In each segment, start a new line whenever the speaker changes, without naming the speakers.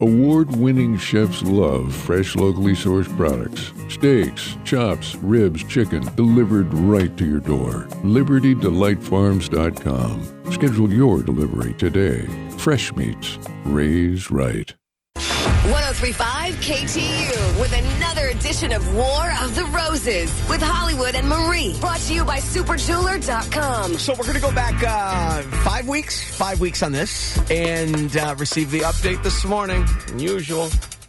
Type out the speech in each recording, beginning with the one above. Award winning chefs love fresh, locally sourced products steaks, chops, ribs, chicken, delivered right to your door. LibertyDelightFarms.com. Schedule your delivery today. Fresh meats, raise right.
1035 KTU with another edition of War of the Roses with Hollywood and Marie. Brought to you by superjeweler.com.
So we're going to go back uh, five weeks, five weeks on this, and uh, receive the update this morning. Unusual.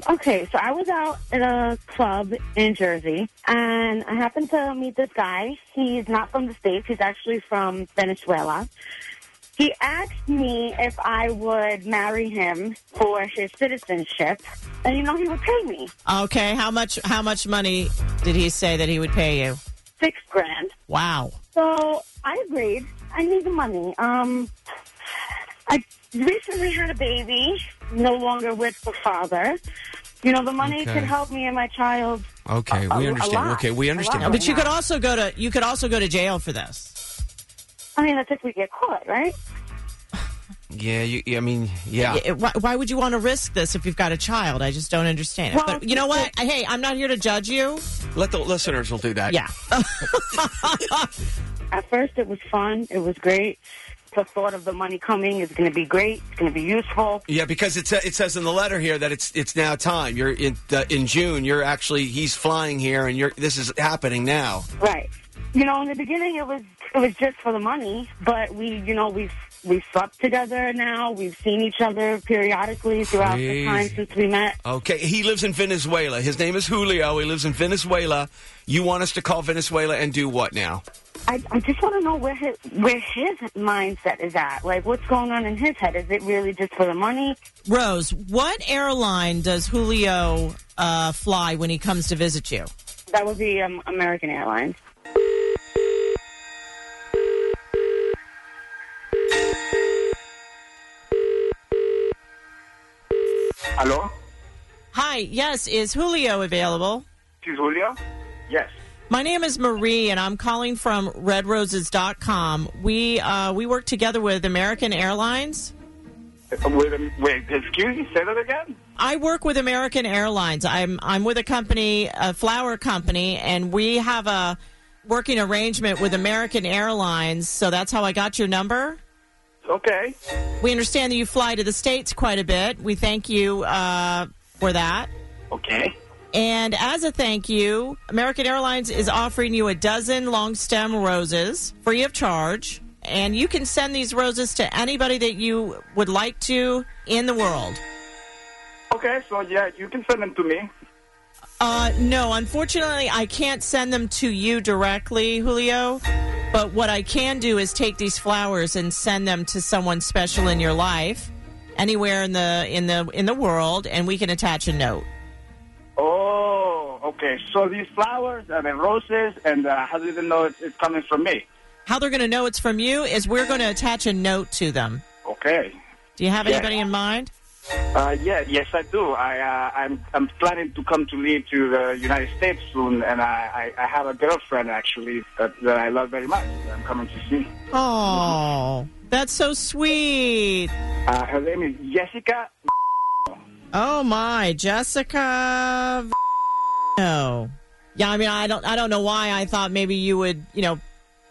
Okay, so I was out at a club in Jersey, and I happened to meet this guy. He's not from the States. He's actually from Venezuela. He asked me if I would marry him for his citizenship, and you know he would pay me
Okay, how much how much money did he say that he would pay you?
six grand.
Wow.
So I agreed. I need the money. Um, I recently had a baby, no longer with the father. You know, the money
Okay.
could help me and my child.
Okay,
a-
we
a
understand.
lot.
Okay, we
A
understand.
lot.
But
But you could also go to you could also go to jail for this.
I mean, that's if we get caught, right?
Yeah, you, I mean, yeah.
Y- Why, why would you want to risk this if you've got a child? I just don't understand it.
Well,
But you know what? Hey, I'm not here to judge you.
Let the listeners will do that.
Yeah.
At first, it was fun. It was great. The thought of the money coming is going to be great. It's going to be useful.
Yeah, because it, sa- it says in the letter here that it's it's now time. You're in uh, in June. You're actually he's flying here, and you're this is happening now.
Right. You know, in the beginning, it was it was just for the money. But we, you know, we've we've slept together now. We've seen each other periodically throughout
Crazy.
the time since we met.
Okay, he lives in Venezuela. His name is Julio. He lives in Venezuela. You want us to call Venezuela and do what now?
I, I just want to know where his where his mindset is at. Like, what's going on in his head? Is it really just for the money?
Rose, what airline does Julio uh, fly when he comes to visit you?
That would be um, American Airlines.
Hello?
Hi, yes, is Julio available?
This is Julio? Yes.
My name is Marie, and I'm calling from RedRoses.com. We uh, we work together with American Airlines.
Uh, Wait, um, wait, excuse me, say that again?
I work with American Airlines. I'm I'm with a company, a flower company, and we have a working arrangement with American Airlines. So that's how I got your number.
Okay.
We understand that you fly to the states quite a bit. We thank you uh, for that.
Okay.
And as a thank you, American Airlines is offering you a dozen long stem roses free of charge. And you can send these roses to anybody that you would like to in the world.
Okay, so yeah, you can send them to me.
Uh, no, unfortunately, I can't send them to you directly, Julio. But what I can do is take these flowers and send them to someone special in your life, anywhere in the in the in the world, and we can attach a note.
Oh, okay. So these flowers and the roses, and uh, how do you even know it's, it's coming from me?
How they're going to know it's from you is we're going to attach a note to them.
Okay.
Do you have
Yeah.
anybody in mind?
Uh, yeah, yes, I do. I, uh, I'm, I'm planning to come to live to the United States soon, and I, I, I have a girlfriend, actually, that, that I love very much. that I'm coming to see.
Oh, that's so sweet.
Uh, her name is Jessica.
Oh my, Jessica. V- No. Yeah, I mean, I don't, I don't know why I thought maybe you would, you know,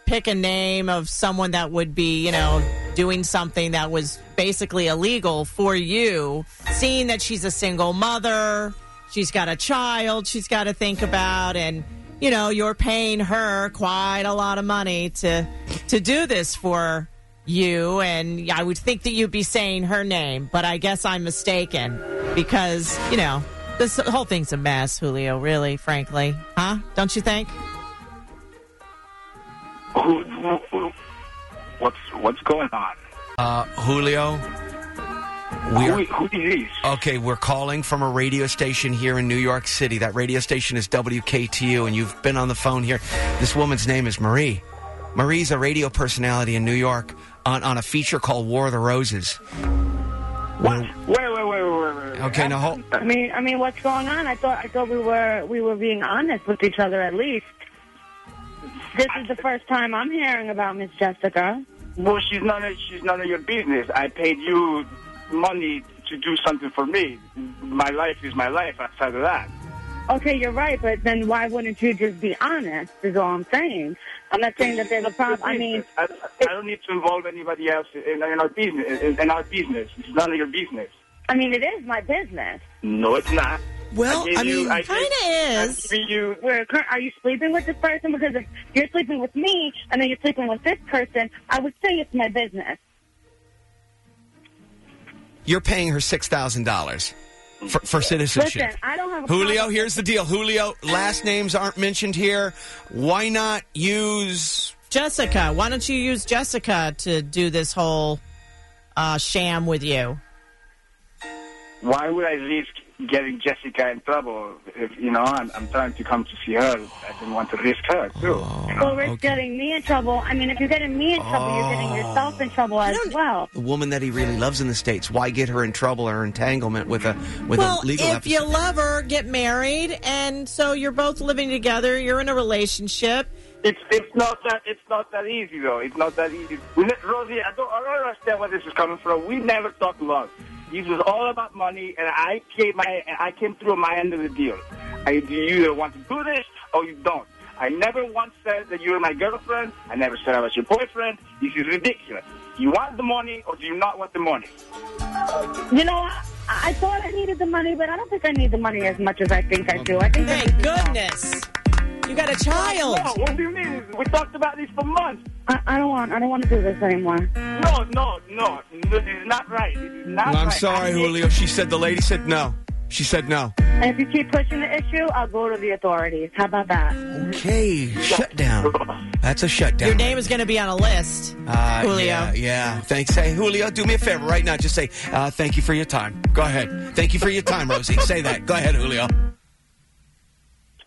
pick a name of someone that would be, you know, doing something that was basically illegal for you. Seeing that she's a single mother, she's got a child, she's got to think about, and you know, you're paying her quite a lot of money to to do this for you and I would think that you'd be saying her name, but I guess I'm mistaken because, you know, this whole thing's a mess, Julio, really, frankly. Huh? Don't you think?
Who, who, who, what's, what's going on?
Uh, Julio, we
Who,
are,
who is this?
okay. We're calling from a radio station here in New York City. That radio station is WKTU, and you've been on the phone here. This woman's name is Marie. Marie's a radio personality in New York on, on a feature called War of the Roses.
What? Wait, wait, wait, wait, wait. wait.
Okay, now hold.
I mean, I mean, what's going on? I thought I thought we were we were being honest with each other at least. This is the first time I'm hearing about Miss Jessica.
Well, she's none of she's none of your business. I paid you money to do something for me. My life is my life outside of that.
Okay, you're right, but then why wouldn't you just be honest? Is all I'm saying. I'm not saying that there's a problem. Uh, I mean,
I, I don't need to involve anybody else in, in our business. In, in our business, it's none of your business.
I mean, it is my business.
No, it's not.
Well,
gave
I
you-
mean,
I gave-
Kinda
I'm
is.
giving you
Where cur- are you sleeping with this person? Because if you're sleeping with me and then you're sleeping with this person, I would say it's my business.
You're paying her six thousand dollars for, for citizenship.
Listen, I don't have a
Julio,
problem.
here's the deal. Julio, last names aren't mentioned here. Why not use?
Jessica, why don't you use Jessica to do this whole uh, sham with you?
why would I risk getting Jessica in trouble? If you know, I'm, I'm trying to come to see her. I didn't want to risk her too. you know?
Well, risk getting me in trouble. I mean, if you're getting me in trouble, you're getting yourself in trouble as well.
The woman that he really loves in the states. Why get her in trouble or entanglement with a with
Well,
a
if
legal? episode?
you love her, get married, and so you're both living together. You're in a relationship.
It's it's not that it's not that easy though. It's not that easy. We ne- Rosie, I don't, I don't understand where this is coming from. We never talked love. This was all about money, and I came my I came through on my end of the deal. I, you either want to do this or you don't. I never once said that you were my girlfriend. I never said I was your boyfriend. This is ridiculous. You want the money or do you not want the money?
You know, I, I thought I needed the money, but I don't think I need the money as much as I think I do. I think I
Thank goodness. You got a child.
No, what do you mean? We talked about this for months.
I, I don't want. I don't want to do this anymore.
No, no, no. This is not right. This is not
I'm
right.
sorry,
I need-
Julio. She said the lady said no. She said no.
And if you keep pushing the issue, I'll go to the authorities. How about that?
Okay, shutdown. That's a shutdown.
Your name is going to be on a list,
Uh,
Julio.
Yeah, yeah. Thanks. Hey, Julio, do me a favor right now. Just say, uh, thank you for your time. Go ahead. Thank you for your time, Rosie. say that. Go ahead, Julio.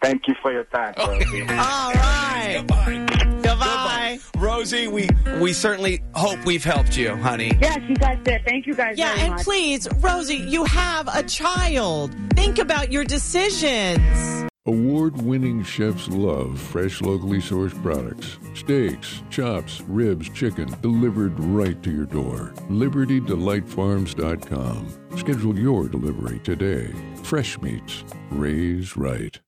Thank you for your time. Rosie.
All right.
Goodbye.
Goodbye.
Rosie, we, we certainly hope we've helped you, honey.
Yes, you guys did. Thank you guys
Yeah,
very
and
much.
please, Rosie, you have a child. Think about your decisions.
Award winning chefs love fresh, locally sourced products. Steaks, chops, ribs, chicken delivered right to your door. LibertyDelightFarms.com. Schedule your delivery today. Fresh meats, raise right.